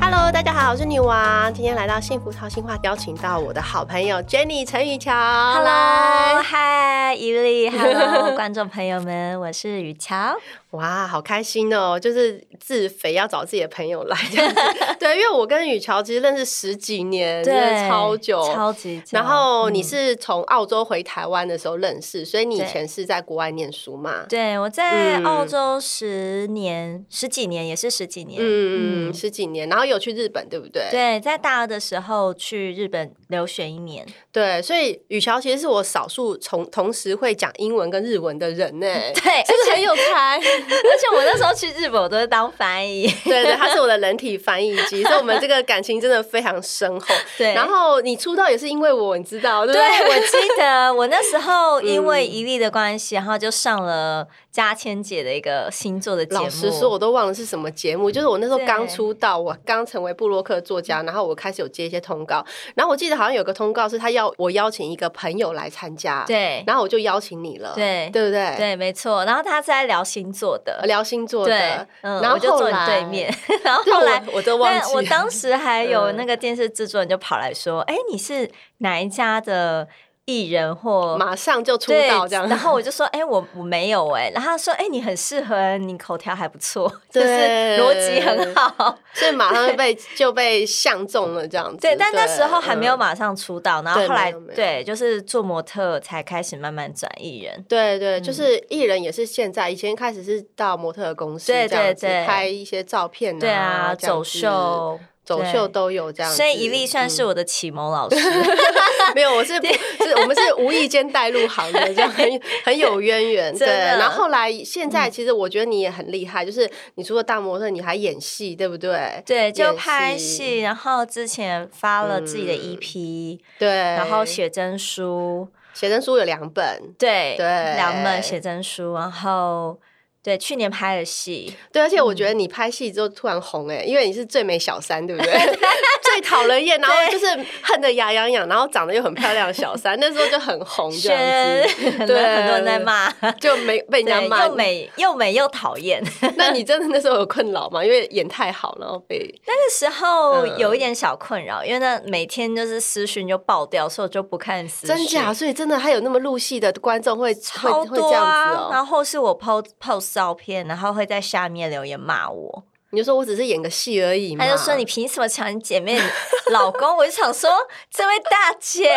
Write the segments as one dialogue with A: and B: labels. A: Hello，大家好，我是女王。今天来到幸福掏心话，邀请到我的好朋友 Jenny 陈雨乔。
B: Hello，嗨，伊 利，Hello，观众朋友们，我是雨乔。
A: 哇，好开心哦！就是自肥要找自己的朋友来，这 样子对，因为我跟雨乔其实认识十几年，真的超久。
B: 超级久。
A: 然后你
B: 嗯
A: 是从澳洲回台湾的时候认识，所以你以前是在国外念书嘛？
B: 对我在
A: 嗯
B: 澳洲十年、十几年，也是十几年。
A: 嗯，
B: 嗯
A: 十几年，然后有去日本，对不对？
B: 对，在大二的时候去日本留学一 年，
A: 对所以雨乔其实是我少数从同时会讲英文跟日文的人呢。
B: 对，
A: 是不是很有才？
B: 而且我那时候去日本，我都是当 翻译。
A: 对对，他是我的人体翻译机，所以我们这个感情真的非常深厚。
B: 对，
A: 然后你出道也是因为我，你知道对不
B: 对，
A: 对？
B: 我记得我那时候因为
A: 嗯
B: 一力的关系，然后就上了嘉千姐的一个星座的节目。
A: 老实说，我都忘了是什么节目。就是我那时候
B: 对
A: 刚出道，我刚成为布洛克作家，然后我开始有接一些通告。然后我记得好像有个通告是他要我邀请一个朋友来参加，，
B: 对
A: 然后我就邀请你了，
B: 对
A: 对不对？
B: 对，没错。然后他是在聊星座的，
A: 哎哦聊星座
B: 对
A: 的，，
B: 嗯，
A: 然后
B: 我就坐你
A: 后来
B: 对面， 然后
A: 对
B: 后来
A: 我我都忘
B: 但
A: 记了。
B: 我当时还有
A: 嗯
B: 那个电视制作人就跑来说：“哎、你是哪一家的艺人或
A: 马上就出
B: 对
A: 道这样，
B: 然后我就说：“哎、我我没有哎、然后他说：“哎、你很适合，你口条还不错，就是
A: 对
B: 逻辑很好。
A: 所以马上就被就被相中了这样子。”
B: 对，但那时候还没有
A: 嗯
B: 马上出道，然后
A: 对
B: 后来
A: 没有没有啊
B: 对，就是做模特才开始慢慢转艺人。
A: 对对，就
B: 嗯
A: 是艺人也是现在，以前开始是到模特儿公司
B: 对
A: 这样
B: 对
A: 子
B: 对
A: 拍一些照片啊，
B: 对啊，
A: 这样
B: 走
A: 子、
B: 秀，
A: 走
B: 对
A: 秀都有这样子。
B: 所以一力算是
A: 嗯
B: 我 的启蒙老师。
A: 没有，我是不是我们是无意间带入行的，这样很很有渊源。对，
B: 真的嗯
A: 然后后来现在其实我觉得你也很厉害，就是你除了大模特，你还演戏，对不对？
B: 对，就
A: 演
B: 拍
A: 戏
B: 戏，然后之前发了自己的
A: 嗯
B: EP，、
A: 对，
B: 然后写真书，
A: 写真书有两本，
B: 对
A: 对
B: 两本写真书，然后对去年拍 的戏，
A: 对，而且我觉得你拍戏之后突然红哎、因为你是最美小三，对不对？ 最讨人厌，然后就是恨得牙痒痒，然后长得又很漂亮的小三，那时候就很红这
B: 轩
A: 样
B: 很多
A: 对
B: 很多人在 骂，
A: 子，就没被人家
B: 对，
A: 骂
B: 又。美又美又讨厌。
A: 那你真的那时候有困扰吗？因为演太好，然后被
B: 那时候
A: 嗯
B: 有一点小困扰，因为那每天就是私讯就爆掉，所以我就不看私讯。
A: 真假，所以真的还有那么入戏的观众会
B: 超
A: 会会这
B: 多
A: 样
B: 啊！
A: 子哦。
B: 然后是我 post post 照片，然后会在下面留言骂我。
A: 你就说我只是演个戏而已嘛，
B: 他就说你凭什么抢你姐妹的老公？我就想说，这位大姐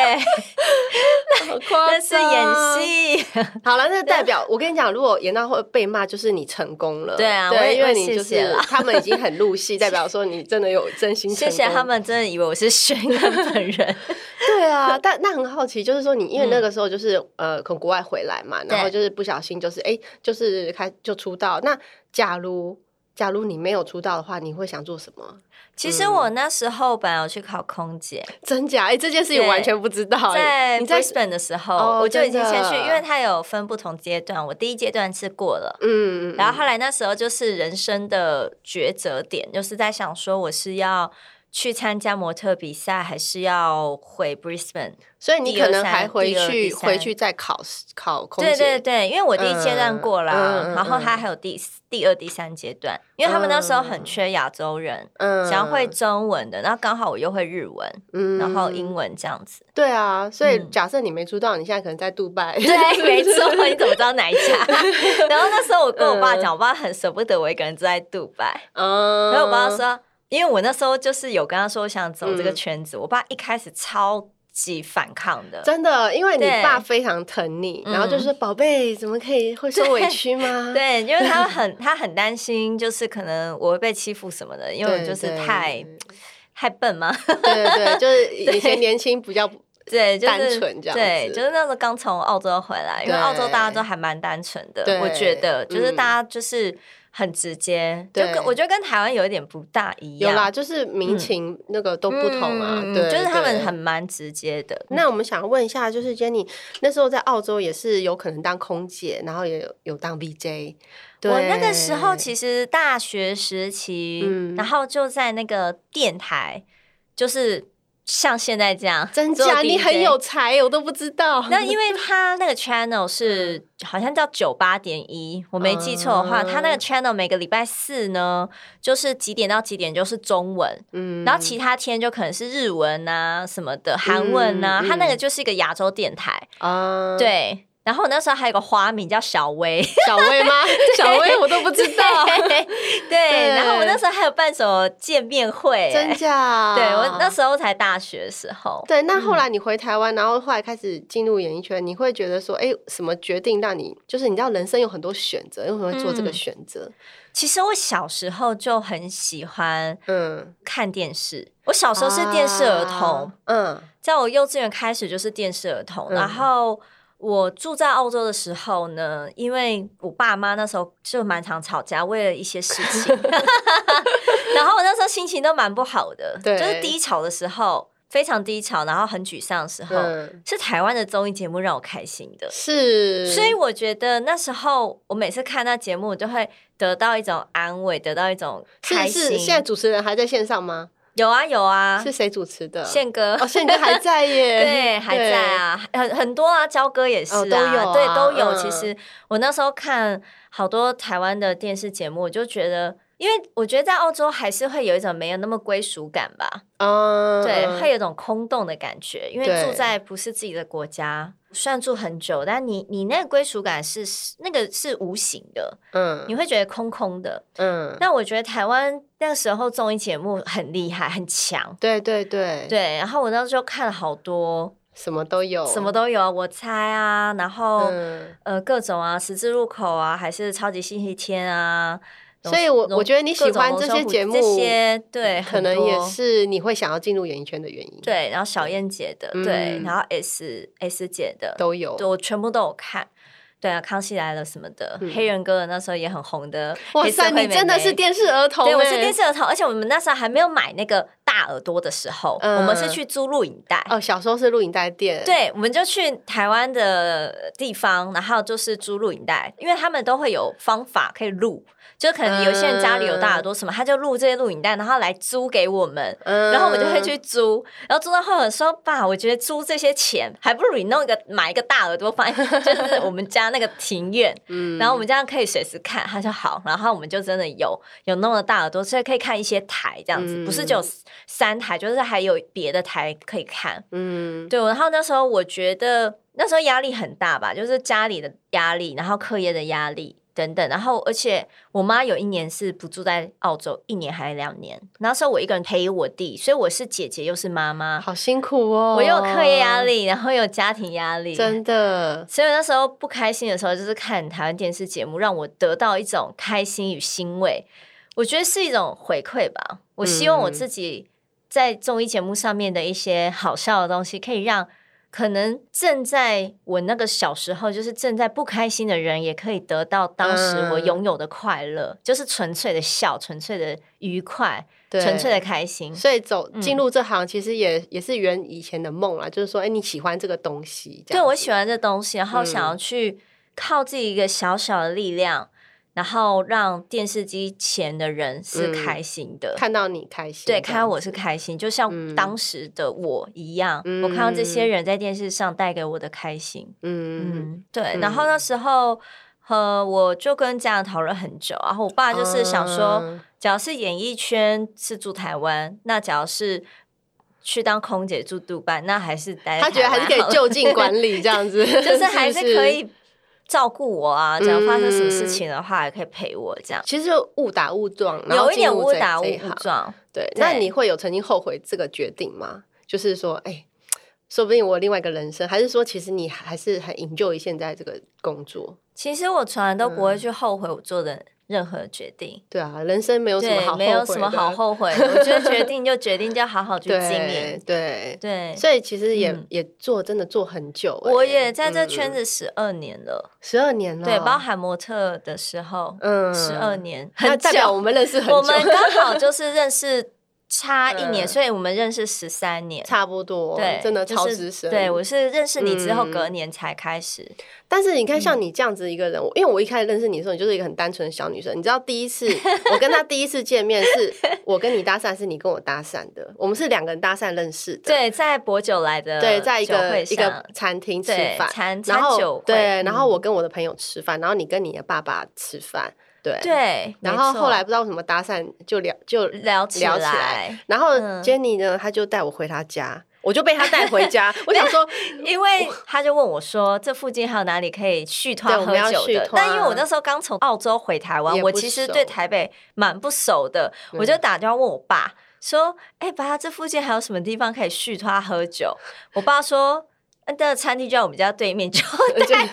A: 好 夸
B: 那
A: 张
B: 是演戏，
A: 好了，那代表我跟你讲，如果演到会被骂，就是你成功了。
B: 对啊我
A: 对，
B: 也
A: 因为你
B: 我
A: 就
B: 谢
A: 是
B: 谢啦
A: 他们已经很入 戏，代表说你真的有真心成
B: 谢
A: 功。
B: 谢他。们，真的以为我是宣恩 本人。
A: 对啊，但那很好奇，就是说你因为
B: 嗯
A: 那个时候就是、呃，从国外回来嘛，然后
B: 对
A: 就是不小心就是哎、就是开就出道。那假如假如你没有出道的话，你会想做什么？
B: 其实我那时候本来有去考空姐，
A: 真假？哎、这件事情
B: 对
A: 完全不知道、哎
B: 在
A: 你在
B: Brisbane 的时
A: 哦
B: 候，我就已经先去，
A: 真的
B: 因为它有分不同阶段，我第一阶段是过了。
A: 嗯，嗯
B: 然后后来那时候就是人生的抉择点，就是在想说我是要去参加模特比赛，还是要回 Brisbane？
A: 所以你可能
B: 第二
A: 还回
B: 第二
A: 去
B: 第三
A: 回去再考试考空姐。
B: 对对对，因为我第一阶段过啦，
A: 嗯嗯嗯
B: 然后他还有第四第二、第三阶段，因为他们那时候很缺亚洲人，
A: 嗯
B: 想要会中文的，然后刚好我又会日文，
A: 嗯
B: 然后英文这样 子。
A: 对啊，所以
B: 嗯
A: 假设你没出道，你现在可能在杜拜。
B: 对，没错，你怎么知道哪一家？然后那时候我跟我爸讲，我爸很舍不得我一个人住在杜拜，
A: 嗯
B: 然后我爸说，因为我那时候就是有跟他说我想走
A: 嗯
B: 这个圈子，我爸一开始超级反抗的，
A: 真的，因为你
B: 对
A: 爸非常疼你，
B: 嗯
A: 然后就说宝贝，怎么可以会受委屈吗？
B: 对，因 为他很他很担心，就是可能我会被欺负什么的，因为我
A: 对
B: 就是
A: 对
B: 太太笨嘛，
A: 对对对，就是以前
B: 对
A: 年轻比较
B: 对，就是
A: 单纯这样子
B: 对，就是那时候刚从澳洲回来，因为
A: 对
B: 澳洲大家都还蛮单纯的
A: 对，
B: 我觉得就是
A: 嗯
B: 大家就是很直接，就
A: 对
B: 跟我觉得跟台湾有一点不大一
A: 有
B: 样，
A: 啦，就是民情那个都不同啊，
B: 嗯
A: 对，
B: 就是他
A: 对
B: 们很蛮直接的。
A: 那我们想问一下，就是 Jenny 那时候在澳洲也是有可能当空姐，然后也有有当 BJ。对
B: 我那个时候其实大学时期，
A: 嗯
B: 然后就在那个电台，就是像现在这样，
A: 真
B: 做
A: 假你
B: DJ
A: 很有才，我都不知道。
B: 那因为它那个 channel 是好像叫九八点一，我没记错的话，
A: 嗯
B: 它那个 channel 每个礼拜四呢，就是几点到几点就是中文，
A: 嗯
B: 然后其他天就可能是日文啊什么的，韩文啊，
A: 嗯
B: 它那个就是一个亚洲电台，
A: 啊，
B: 对。然后我那时候还有个花名叫小 薇，
A: 小薇 吗？小薇我都不知道，
B: 对。然后我那时候还有办什么见面会、欸
A: 真假？
B: 对我那时候才大学的时候，嗯
A: 对。那后来你回台湾，然后后来开始进入演艺圈，你会觉得说，哎，什么决定让你就是你知道人生有很多选择，为什么会做这个
B: 嗯
A: 选择？
B: 其实我小时候就很喜欢
A: 嗯，
B: 看电视。我小时候是电视儿童，
A: 啊，嗯
B: 在我幼稚园开始就是电视儿童。
A: 嗯
B: 然后我住在澳洲的时候呢，因为我爸妈那时候就蛮常吵架，为了一些事 情。然后我那时候心情都蛮不好的，
A: 对
B: 就是低潮的时候，非常低潮，然后很沮丧的时候，
A: 嗯，
B: 是台湾的综艺节目让我开心的。
A: 是，
B: 所以我觉得那时候，我每次看那节目，我就会得到一种安慰，得到一种开
A: 是
B: 心。
A: 是，现在主持人还在线上吗？
B: 有啊有啊，
A: 是谁主持的？
B: 宪哥
A: 哦，宪哥还在耶，
B: 对还在。啊，很很多啊，焦哥也是啊，
A: 哦都有啊
B: 对都有。
A: 嗯
B: 其实我那时候看好多台湾的电视节目，我就觉得。因为我觉得在澳洲还是会有一种没有那么归属感吧，
A: 嗯，
B: 啊对，
A: 嗯
B: 会有一种空洞的感觉。因为
A: 对
B: 住在不是自己的国家，虽然住很久，但你你那个归属感是那个是无形的，你
A: 嗯
B: 会觉得空空的。
A: 嗯，
B: 那我觉得台湾那时候综艺节目很厉害，很强。
A: 对对对，
B: 对，然后我那时候看了好多，
A: 什么都有，
B: 什么都有啊，我猜啊，然后、
A: 哦嗯。
B: 呃各种啊，十字路口啊，还是超级星期天啊，
A: 所以我
B: 龙
A: 我觉得你喜欢
B: 各种
A: 这些节目
B: 龙舟虎这些对，
A: 可能
B: 很多
A: 也是你会想要进入演艺圈的原因，，
B: 对，然后小燕姐的、
A: 嗯
B: 对，然后 S S 姐的，
A: 都有。
B: 对我全部都有看。对啊，康熙来了什么的，
A: 嗯
B: 黑人哥那时候也很红的。
A: 哇
B: 黑社
A: 塞，
B: 会
A: 你
B: 妹
A: 真的
B: 妹
A: 是电视儿童欸，
B: 对，我是电视儿童，而且我们那时候还没有买那个大耳朵的时候，
A: 嗯
B: 我们是去租录影带。
A: 哦，小时候是录影带店，，
B: 对，我们就去台湾的地方，然后就是租录影带，因为他们都会有方法可以录，就可能有些人家里有大耳朵什么，他就录这些录影带，然后来租给我们，
A: 嗯
B: 然后我们就会去租，然后租到后来我说爸，我觉得租这些钱还不如你弄一个买一个大耳朵放在就是我们家那个庭院，
A: 嗯
B: 然后我们这样可以随时看，他说好，然后我们就真的有有弄了大耳朵，所以可以看一些台这样子，
A: 嗯
B: 不是只有三台，就是还有别的台可以看。
A: 嗯，
B: 对，然后那时候我觉得那时候压力很大吧，就是家里的压力，然后课业的压力等等，然后而且我妈有一年是不住在澳洲，一年还是两年，那时候我一个人陪我弟，所以我是姐姐又是妈妈，
A: 好辛苦哦，
B: 我又有课业压，力，然后又有家庭压力，
A: 真的，
B: 所以那时候不开心的时候，就是看台湾电视节目，让我得到一种开心与欣慰。我觉得是一种回馈吧。我希望我自己在综艺节目上面的一些好笑的东西，可以让可能正在我那个小时候，就是正在不开心的人，也可以得到当时我拥有的快乐，就是纯粹的笑，纯粹的愉快，
A: 对，
B: 纯粹的开心。
A: 所以走
B: 嗯
A: 进入这行，其实也、也是圆以前的梦啦，就是说，哎、你喜欢这个东西，这
B: 对
A: 样
B: 我
A: 子
B: 喜欢这东西，然后想
A: 嗯
B: 要去靠自己一个小小的力量，然后让电视机前的人是
A: 嗯
B: 开心的。
A: 看到你开心，这
B: 对，
A: 样
B: 看到我是开心，就像
A: 嗯
B: 当时的我一样，我看到这些
A: 嗯
B: 人在电视上带给我的开心。
A: 嗯，
B: 嗯，对。然后那时候，呃，我就跟家长讨论很久，然后我爸就是想说，
A: 嗯
B: 只要是演艺圈是住台湾，那只要是去当空姐住杜拜，那还是待在
A: 他觉得
B: 台
A: 还
B: 湾
A: 是可
B: 好
A: 以
B: 了
A: 就近管理这样子，
B: 就是还
A: 是
B: 是
A: 不是
B: 可。以照顾我啊，只要发生什么事
A: 嗯
B: 情的话，还可以陪我这样。
A: 其实就误打误撞，然后
B: 有一点
A: 进入
B: 误
A: 这
B: 打误
A: 这一行
B: 撞，
A: 对，
B: 对
A: 那你会有曾经后悔这个决定吗？就是说，哎、说不定我有另外一个人生，还是说，其实你还是很 enjoy 现在这个工作？嗯
B: 其实我从来都不会去后悔我做的任何决定。
A: 对啊，人生没有什么
B: 对
A: 好，
B: 没有
A: 后悔
B: 什么
A: 的
B: 好后悔的。我觉得 决定就决定，就好好去经
A: 对
B: 营。
A: 对，
B: 对，
A: 所以其实也、
B: 嗯
A: 也做真的做很久欸、
B: 我也在这圈
A: 嗯
B: 子十二年了，
A: 十二年了，
B: 对，包含模特的时候
A: 嗯
B: 十二，年，
A: 那
B: 很
A: 代表
B: 久。
A: 我们认识很久，
B: 我们刚好就是认识差一年，
A: 嗯
B: 所以我们认识十三年。
A: 差不多，
B: 对，
A: 真的
B: 就
A: 超
B: 是
A: 资深。
B: 对我是认识你之后，
A: 嗯
B: 隔年才开始。
A: 但是你看，
B: 嗯
A: 像你这样子一个人，我因为我一开始认识你的时候，你就是一个很单纯的小女生。你知道，第一次 我跟他第一次见面是，我跟你搭讪，是你跟我搭讪的，我们是两个人搭讪认识的。
B: 对，在博酒来的
A: 对，在一
B: 酒
A: 个
B: 会
A: 一
B: 上
A: 个餐厅吃
B: 对
A: 饭，
B: 餐
A: 然
B: 餐酒
A: 后
B: 会，
A: 对，然后
B: 嗯
A: 我跟我的朋友吃饭，然后你跟你的爸爸吃饭，对。
B: 对，
A: 然
B: 没
A: 后
B: 错
A: 后来不知道为什么搭讪就聊就
B: 聊起
A: 聊起
B: 来，
A: 然后
B: 嗯
A: Jenny 呢，她就带我回她家，我就被她带回 家。我想说，
B: 因为他就问我说，这附近还有哪里可以续团
A: 对我
B: 喝
A: 们要
B: 酒
A: 续
B: 的？
A: 团
B: 但因为我那时候刚从澳洲回台湾，
A: 也
B: 我
A: 不
B: 其实
A: 熟
B: 对台北蛮不熟的，我就打电话问我爸说：“哎、爸，这附近还有什么地方可以续团喝酒？”我爸说。嗯那个餐厅就在我们家对 面，就带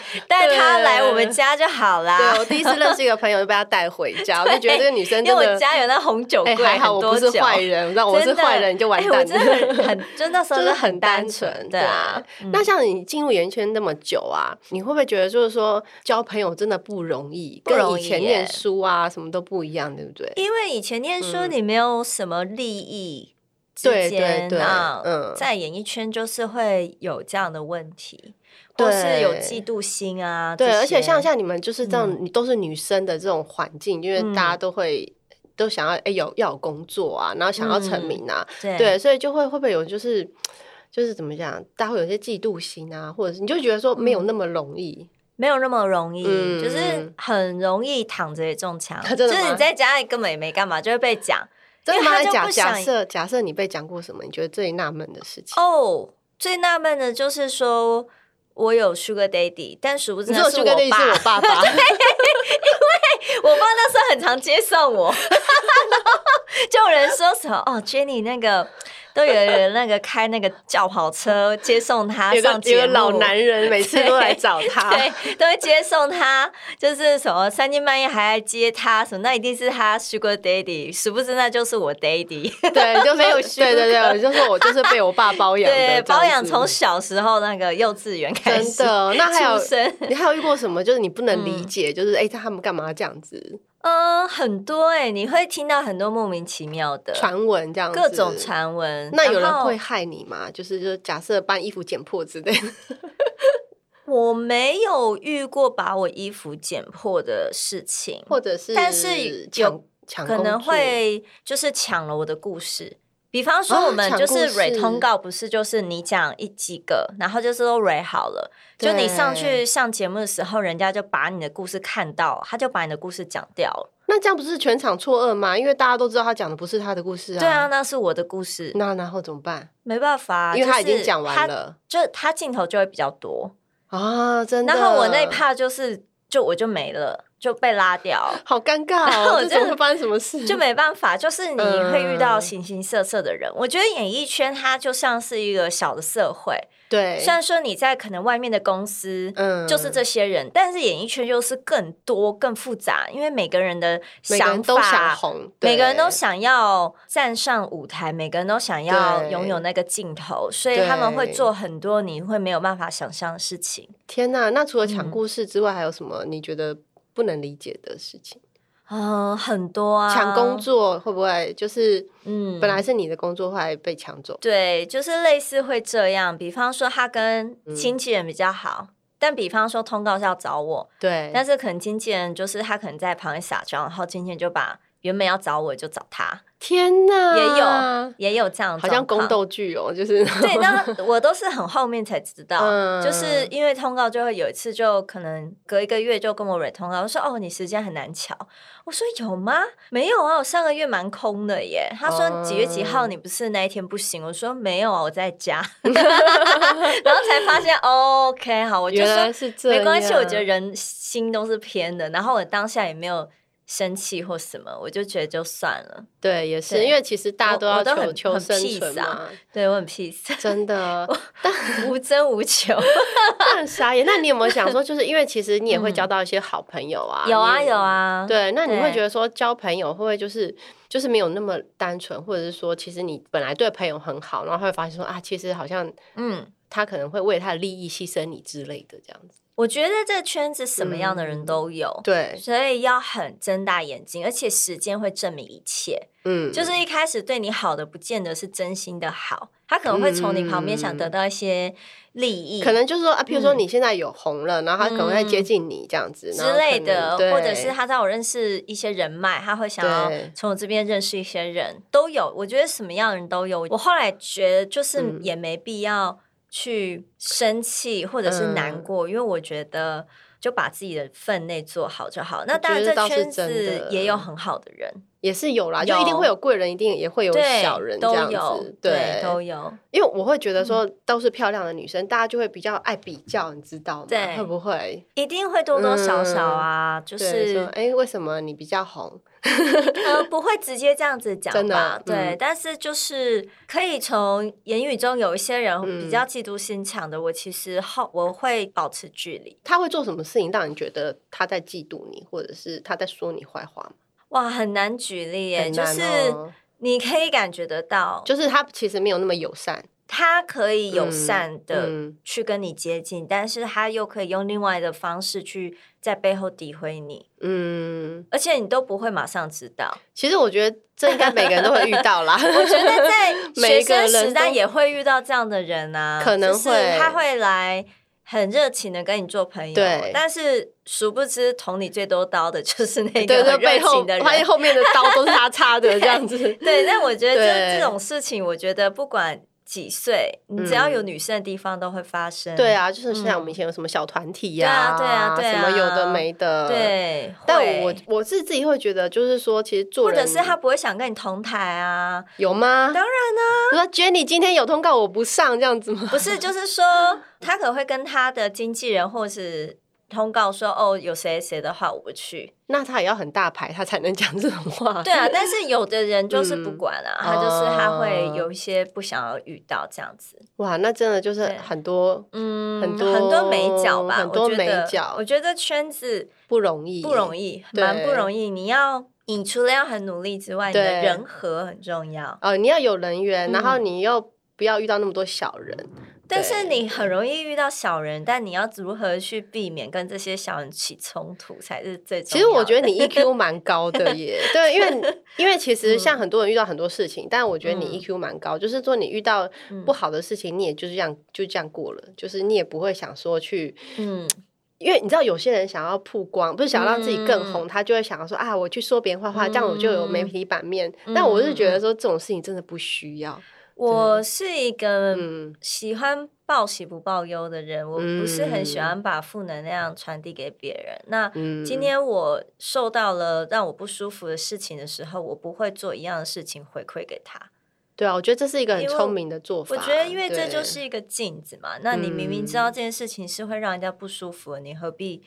B: 带他来我们家就好啦
A: 对。我 第一次认识一个朋友，就被她带回家，我就觉得这个女生
B: 因为
A: 真
B: 我
A: 的，
B: 家有那红酒
A: 哎，
B: 柜，
A: 还好
B: 很
A: 我
B: 多
A: 不是
B: 酒
A: 坏人，你知道我是
B: 真的
A: 坏人就完
B: 哎我
A: 蛋
B: 真
A: 了。
B: 的很很，就那时 候
A: 就是是
B: 很
A: 很
B: 单
A: 单
B: 纯，
A: 纯，对
B: 对啊
A: 啊。。那像你进入演艺圈那么久啊，你会不会觉得就是说交朋友真的不容易，
B: 不
A: 跟
B: 容易
A: 以前
B: 耶
A: 念书啊什么都不一样，对不对？
B: 因为以前念书
A: 嗯
B: 你没有什么利益之
A: 对
B: 间
A: 对对
B: 啊，
A: 嗯
B: 在演艺圈就是会有这样的问题，或是
A: 对
B: 有嫉妒心啊。
A: 对，
B: 这
A: 而且像
B: 些
A: 像你们就是这种，你都是女生的这种环境，因为
B: 嗯
A: 大家都会都想要哎、有要有工作啊，然后想要
B: 嗯
A: 成名啊，
B: 对
A: 对，所以就会会不会有就是就是怎么讲，大家会有一些嫉妒心啊，或者是你就觉得说没
B: 嗯
A: 有那么容易，
B: 没有那么容易，
A: 嗯
B: 就是很容易躺着也中枪，
A: 真
B: 就
A: 的吗
B: 是你在家里根本也没干嘛，就会被讲
A: 真的
B: 因为
A: 吗？
B: 他就
A: 假
B: 不
A: 假
B: 想
A: 设假设你被讲过什么，你觉得最纳闷的事情？
B: 哦。最纳闷的就是说。我有 Sugar Daddy，但殊不知
A: 你
B: 那
A: 说我
B: 是
A: 去跟那
B: 爸。
A: 是我 爸爸，
B: 我爸那时候很常接送我，然 后就有人说什么哦，Jenny 那个都有人那个开那个轿跑车接送他
A: 有
B: 上
A: 个
B: 节
A: 有
B: 目，
A: 个老男人每次都来找他，
B: 对，都会接送他，就是什么三更半夜还来接他什么，那一定是他 Sugar Daddy，殊不知那就是我 Daddy，
A: 对，你就没有，对对对，你就说我就是被我爸包 养的这
B: 对，
A: 样子，
B: 包养从小时候那个幼稚园开
A: 真
B: 始，
A: 的，那还有
B: 出生。
A: 你还有遇过什么？就是你不能理解，就是哎、他们干嘛这样子？
B: 嗯，很多哎、你会听到很多莫名其妙的
A: 传闻这样子，
B: 各种。传闻。
A: 那有
B: 然
A: 人
B: 后
A: 会害你吗？就是就是假设把你衣服剪破之类的，
B: 我没有遇过把我衣服剪破的事情，
A: 或者是
B: 但是
A: 抢
B: 有
A: 抢
B: 可能
A: 工作
B: 会就是抢了我的故事。比方
A: 啊
B: 说，我们
A: 抢
B: 就
A: 故
B: 是
A: 事
B: 蕊通告，不是就是你讲一几个，然后就是都蕊好了，就你上去
A: 对
B: 上节目的时候，人家就把你的故事看到，他就把你的故事讲掉了。
A: 那这样不是全场错愕吗？因为大家都知道他讲的不是他的故事啊。
B: 对啊，，那是我的故事，
A: 那然后怎么办？
B: 没办法，
A: 因为他已
B: 就是
A: 经讲完
B: 他，
A: 了
B: 就他镜头就会比较多。
A: 啊，真的。
B: 然后我那一趴就是，就我就没了，就被 拉掉。
A: 好尴尬
B: 然后
A: 哦，
B: 我
A: 这
B: 就
A: 怎么会发生什么事？
B: 就没办法，就是你会遇到
A: 嗯
B: 形形色色的人。我觉得演艺圈它就像是一个小的社会，
A: 对
B: 虽，然说你在可能外面的公司。
A: 嗯
B: 就是这些人，但是演艺圈又是更多、更复杂，因为每个人的
A: 每个人
B: 想
A: 都想
B: 法，
A: 红，
B: 每个人
A: 对
B: 都想要站上舞台，每个人都想要
A: 对
B: 拥有那个镜头，所以他们会
A: 对
B: 做很多你会没有办法想象的事情
A: 天呐，那除了抢
B: 嗯
A: 故事之外，还有什么你觉得不能理解的事情？
B: 嗯，很多啊，
A: 抢工，作会不会就是
B: 嗯，
A: 本来是你的工作，后来被抢走？
B: 对，就是类似会这样。比方说，他跟
A: 嗯
B: 经纪人比较好，但比方说通告是要找我，
A: 对，
B: 但是可能经纪人就是他可能在旁边撒娇，然后经纪人就把原本要找我就找他，
A: 天呐，
B: 也有也有这样的
A: 好像
B: 状
A: 宫
B: 况。
A: 斗剧哦，就是
B: 对，那我都是很后面才知道，
A: 嗯
B: 就是因为通告就会有一次，就可能隔一个月就跟我蕊通告，我说哦，你时间很难瞧。我说有吗？没有啊，我上个月蛮空的耶。他说
A: 哦
B: 几月几号你不是那一天不行？我说没有啊，我在家。然后才发现哦 OK 好，我就
A: 原
B: 说
A: 来是这样，
B: 没关系，我觉得人心都是偏的。然后我当下也没有生气或什么，我就觉得就算了。
A: 对，也是
B: 对
A: 因为其实大家都
B: 我
A: 要
B: 我都
A: 求
B: 很
A: 求
B: 很
A: 生
B: peace
A: 存嘛
B: 啊，对我很 peace，
A: 真的。
B: 无争无求。
A: 那很傻眼。那你有没有想说，就是因为其实你也会交到一些好朋友啊？
B: 嗯有啊
A: 你
B: 有。啊，
A: 对，那你会
B: 对
A: 觉得说交朋友会不会就是就是没有那么单纯，或者是说其实你本来对朋友很好，然后会发现说啊，其实好像
B: 嗯，
A: 他可能会为他的利益牺牲你之类的这样子。
B: 我觉得这圈子什么样的人都有。
A: 嗯对，
B: 所以要很睁大眼睛，而且时间会证明一切。
A: 嗯，
B: 就是一开始对你好的，不见得是真心的好，他可能会从你旁边想
A: 嗯
B: 得到一些利益，
A: 可能就是说啊，譬如
B: 嗯
A: 说你现在有红了，然后他可能会接近你这样子
B: 之类
A: 然
B: 的，
A: 后可能对
B: 或者是他让我认识一些人脉，他会想要
A: 对
B: 从我这边认识一些人，都有。我觉得什么样的人都有。我后来觉得就是
A: 嗯
B: 也没必要去生气或者是
A: 嗯
B: 难过，因为我觉得。就把自己的分内做好就好。那当然，
A: 我觉得
B: 这
A: 倒是
B: 圈
A: 真
B: 子
A: 的
B: 也有很好的人，
A: 也是有啦，
B: 有
A: 就一定会有贵人，一定也会有
B: 对，
A: 小人这
B: 都
A: 样
B: 有
A: 子，，
B: 对，都有。嗯
A: 因为我会觉得说都是漂亮的女生，大家就会比较爱比较，你知道吗？
B: 对
A: 会不会？
B: 一定会多多少少啊，就
A: 嗯对，说
B: 是
A: 哎，为什么你比较红？
B: 呃不会直接这样子讲
A: 真的
B: 吧
A: 啊，
B: 对，
A: 嗯
B: 但是就是可以从言语中有一些人
A: 嗯
B: 比较嫉妒心强的，我其实后我会保持距离。
A: 他会做什么事情让你觉得他在嫉妒你，或者是他在说你坏话吗？
B: 哇，很难举例耶，
A: 很
B: 就
A: 难
B: 是
A: 哦
B: 你可以感觉得到，
A: 就是他其实没有那么友善
B: 他可以友善的
A: 嗯
B: 去跟你接近，但是他又可以用另外的方式去在背后诋毁你，
A: 嗯，
B: 而且你都不会马上知道。
A: 其实我觉得这应该每个人都会遇到啦。
B: 我觉得在
A: 每
B: 学
A: 个人
B: 生
A: 都
B: 时代也会遇到这样的人 啊，
A: 可能
B: 就是
A: 会
B: 他会来很热情的跟你做朋友，
A: 对
B: 但是殊不知捅你最多刀的就是那
A: 对对，
B: 个很热
A: 背后
B: 情的
A: 发现
B: 人。
A: 后面的刀都是他插的，这样子。
B: 对，但我觉得这
A: 对
B: 这种事情，我觉得不管几岁，你只要有女生的地方都会发生。
A: 对，啊，就是像我们
B: 嗯
A: 以前有什么小团体
B: 对
A: 呀、
B: 啊对啊对
A: 什么有的
B: 啊
A: 没的，。
B: 对，
A: 但
B: 会
A: 我我是自己会觉得，就是说，其实做
B: 或
A: 人
B: 者是他不会想跟你同台啊，
A: 有吗？
B: 当然
A: 啊，说 Jenny 今天有通告，我不上这样子吗？
B: 不是，就是说他可能会跟他的经纪人或是通告说，哦，有谁谁的话我不去。
A: 那他也要很大牌，他才能讲这种话。
B: 对啊，但是有的人就是不管啊，
A: 嗯
B: 他就是他
A: 哦
B: 会有一些不想要遇到这样子，
A: 哇，那真的就是
B: 对
A: 很多
B: 嗯，
A: 很多
B: 很多美角吧，
A: 很多
B: 我觉得
A: 美角
B: 我觉得圈子
A: 不容易，
B: 不容
A: 易。
B: 易，
A: 对
B: 蛮不容易。你要，你除了要很努力之外，你
A: 对
B: 的人和很重要。
A: 呃，你要有人缘，
B: 嗯
A: 然后你又不要遇到那么多小人。
B: 但是你很容易遇到小人，但你要如何去避免跟这些小人起冲突才是最重
A: 其
B: 要
A: 实
B: 的。
A: 我觉得你 EQ 蛮高的耶，对，因 为因为其实像很多人遇到很多事情，但我觉得你
B: 嗯
A: EQ 蛮高，就是说你遇到
B: 嗯
A: 不好的事情，你也就是这样就这样过了，就是你也不会想说去
B: 嗯，
A: 因为你知道有些人想要曝光，不是想要让自己更红，
B: 嗯
A: 他就会想要说啊，我去说别人坏话，这样我就有媒体版面。
B: 嗯
A: 但我是觉得说这种事情真的不需要，
B: 我是一个
A: 嗯
B: 喜欢报喜不报忧的人，我不是很喜
A: 嗯
B: 欢把负能量传递给别人。那
A: 嗯，
B: 今天我受到了让我不舒服的事情的时候，我不会做一样的事情回馈给他。
A: 对啊，我觉得这是一个很
B: 因为
A: 聪明的做法。
B: 我觉得，因为这
A: 对
B: 就是一个镜子嘛。那你明明知道这件事情是会让人家不舒服的，你何必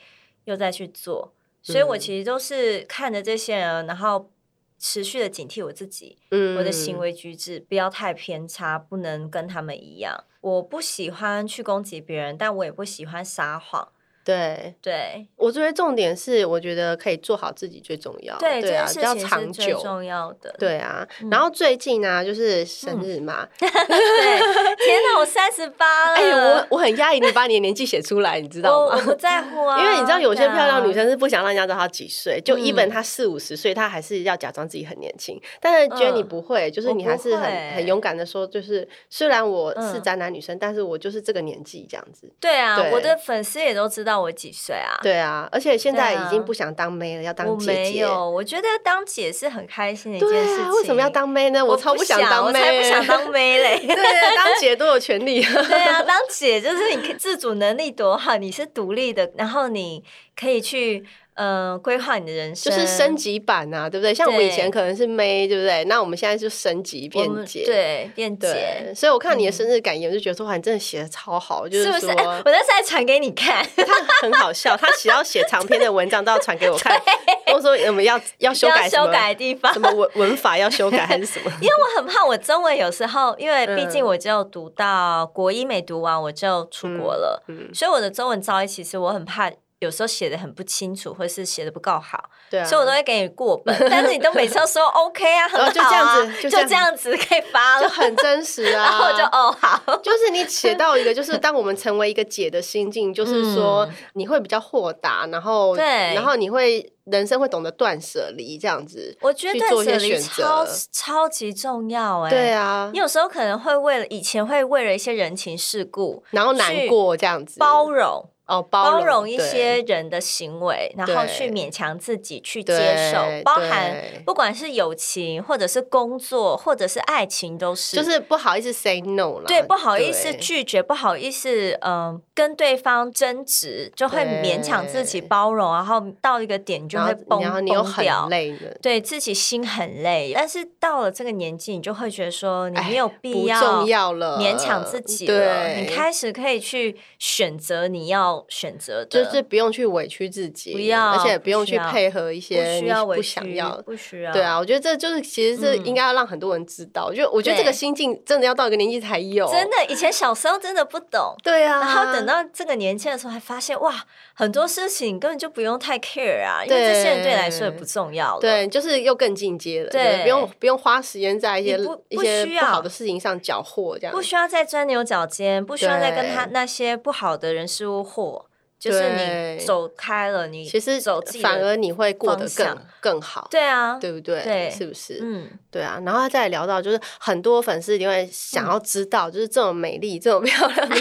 B: 又再去做？所以我
A: 嗯
B: 其实都是看着这些人，然后持续的警惕我自己。
A: 嗯
B: 我的行为举止不要太偏差，不能跟他们一样。我不喜欢去攻击别人，但我也不喜欢撒谎。
A: 对。
B: 对
A: 我觉得重点是，我觉得可以做好自己最重要。
B: 对，这
A: 啊，
B: 件事
A: 要
B: 情是
A: 长
B: 最
A: 久。
B: 重要的。
A: 对啊，
B: 嗯
A: 然后最近呢、就是生日嘛，
B: 对，天哪，我三十八了，
A: 哎、我我很压抑，你把你的年纪写出来，你知道
B: 呃我
A: 吗
B: 我？不在乎啊，
A: 因为你知道，有些
B: 对啊
A: 漂亮女，生是不想让人家知道她几岁，就
B: 嗯
A: even 她四五十岁，她还是要假装自己很年轻。但是 Jenny
B: 嗯
A: 不会，就是
B: 我
A: 你
B: 不
A: 还是很
B: 会
A: 很勇敢的说，就是虽然我是
B: 嗯
A: 宅男女生，但是我就是这个年纪这样子。
B: 对啊，
A: 对
B: 我的粉丝也都知道我几岁啊。
A: 对啊，而且现在
B: 对啊
A: 已经不想当妹了，要当
B: 我
A: 姐姐。
B: 没有，我觉得当姐是很开心的一件
A: 对
B: 事情。
A: 啊，为什么要？当妹呢？
B: 我
A: 超
B: 不
A: 想当妹，
B: 我才不想当妹嘞。
A: 对对，当姐多有权利。
B: 对啊，当姐就是你自主能力多好，你是独立的，然后你可以去嗯、呃规划你的人
A: 就
B: 生，
A: 是升级版啊，对不对？像我们以
B: 对
A: 前可能是妹，对不对？那我们现在就升级
B: 我
A: 便
B: 们
A: 捷，
B: 对便捷。
A: 对。所以我看你的生日感言，我就觉得说哇，你真的写的超好，就是是
B: 不是？
A: 说
B: 哎、我那次还传给你看，
A: 他很好笑，他只要写长篇的文章都要传给我看，或者说我们要要 修
B: 要
A: 改什么
B: 修改的地方
A: 什。么文文法要修改还是什么？
B: 因为我很怕我中文有时候，因为毕竟
A: 嗯
B: 我就读到国一没读完，我就出国了，
A: 嗯，
B: 所以我的中文造诣其实我很怕。有时候写的很不清楚，或是写的不够好，
A: 对啊，哦
B: 所以我都会给你过本，但是你都每次都说 OK 啊，很好啊，
A: 就这样子
B: 就
A: 就
B: 这
A: 这样子
B: 样子可以发
A: 就
B: 了，
A: 很真实啊。
B: 然后我就哦好，
A: 就是你写到一个，就是当我们成为一个姐的心境，就是说你会比较豁达，然后
B: 嗯对
A: 然后你会人生会懂得断舍离这样子。
B: 我觉得
A: 去做
B: 断
A: 一些
B: 舍离
A: 选
B: 超
A: 择
B: 超级重要哎、
A: 对啊
B: 你，有时候可能会为了以前会为了一些人情世故
A: 然后难过这样子，
B: 包容，
A: 哦
B: 包
A: 包
B: 容一
A: 对
B: 些人的行为，然后
A: 对
B: 去勉强自己去
A: 对
B: 接受，包
A: 对
B: 含不管是友情，或者是工作，或者是爱情，都是
A: 就是不好意思 say no 啦，
B: 对不好意思
A: 对
B: 拒绝，不好意思，嗯、跟对方争执，就会勉强自己
A: 对
B: 包容，然后到一个点你就
A: 然
B: 会
A: 后
B: 崩
A: 然后你又
B: 崩
A: 很
B: 掉。
A: 累呢，
B: 对自己心很累，但是到了这个年纪，你就会觉得说你没有必
A: 哎不重要了，
B: 勉强自己了，
A: 对，
B: 你开始可以去选择你要选择的，
A: 就是不用去委屈自己，
B: 不要
A: 而且不用
B: 不需
A: 去
B: 要
A: 配合一些
B: 不需
A: 你
B: 要委
A: 不
B: 屈，
A: 想要
B: 不需要，
A: 对啊，，我觉得这就是其实是
B: 嗯
A: 应该要让很多人知道，就我觉得这个
B: 对
A: 心境真的要到一个年纪才有，
B: 真的，以前小时候真的不懂。
A: 对啊。
B: 然后等到这个年纪的时候，还发现哇，很多事情根本就不用太 care 啊，因为这些人对你来说也不重要了。
A: 对，就是又更进阶了，
B: 对
A: 就是不用不用花时间在一些
B: 你不
A: 一
B: 不
A: 些
B: 需
A: 不
B: 要
A: 好的事情上搅和这样
B: 不。需要再钻牛角尖，不需要再跟他
A: 对
B: 那些不好的人事物和，就是
A: 对
B: 你走开了，你
A: 其实
B: 走自己的
A: 反而你会过得
B: 方
A: 更
B: 向
A: 更好，
B: 对啊，
A: 对不对？
B: 对
A: 是不是？
B: 嗯，
A: 对啊。然后再聊到就是很多粉丝一定会
B: 嗯
A: 想要知道，就是这种美丽、这种漂亮 的